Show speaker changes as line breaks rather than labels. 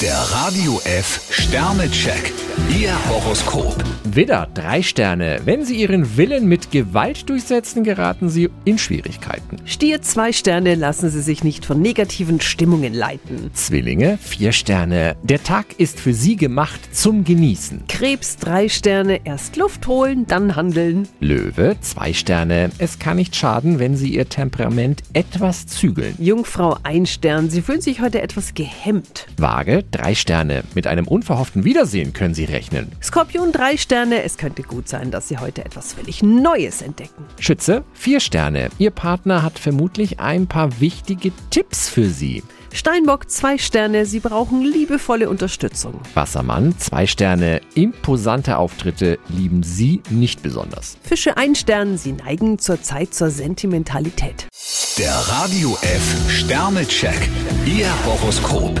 Der Radio F Sternecheck. Ihr Horoskop.
Widder, drei Sterne. Wenn Sie Ihren Willen mit Gewalt durchsetzen, geraten Sie in Schwierigkeiten.
Stier zwei Sterne, lassen Sie sich nicht von negativen Stimmungen leiten.
Zwillinge, vier Sterne. Der Tag ist für Sie gemacht zum Genießen.
Krebs drei Sterne, erst Luft holen, dann handeln.
Löwe, zwei Sterne. Es kann nicht schaden, wenn Sie Ihr Temperament etwas zügeln.
Jungfrau ein Stern, Sie fühlen sich heute etwas gehemmt.
Waage, drei Sterne. Mit einem unverhofften Wiedersehen können Sie rechnen.
Skorpion drei Sterne, es könnte gut sein, dass Sie heute etwas völlig Neues entdecken.
Schütze, vier Sterne. Ihr Partner hat vermutlich ein paar wichtige Tipps für Sie.
Steinbock zwei Sterne, Sie brauchen liebevolle Unterstützung.
Wassermann, zwei Sterne. Imposante Auftritte lieben Sie nicht besonders.
Fische ein Stern, Sie neigen zurzeit zur Sentimentalität.
Der Radio F Sternecheck. Ihr Horoskop.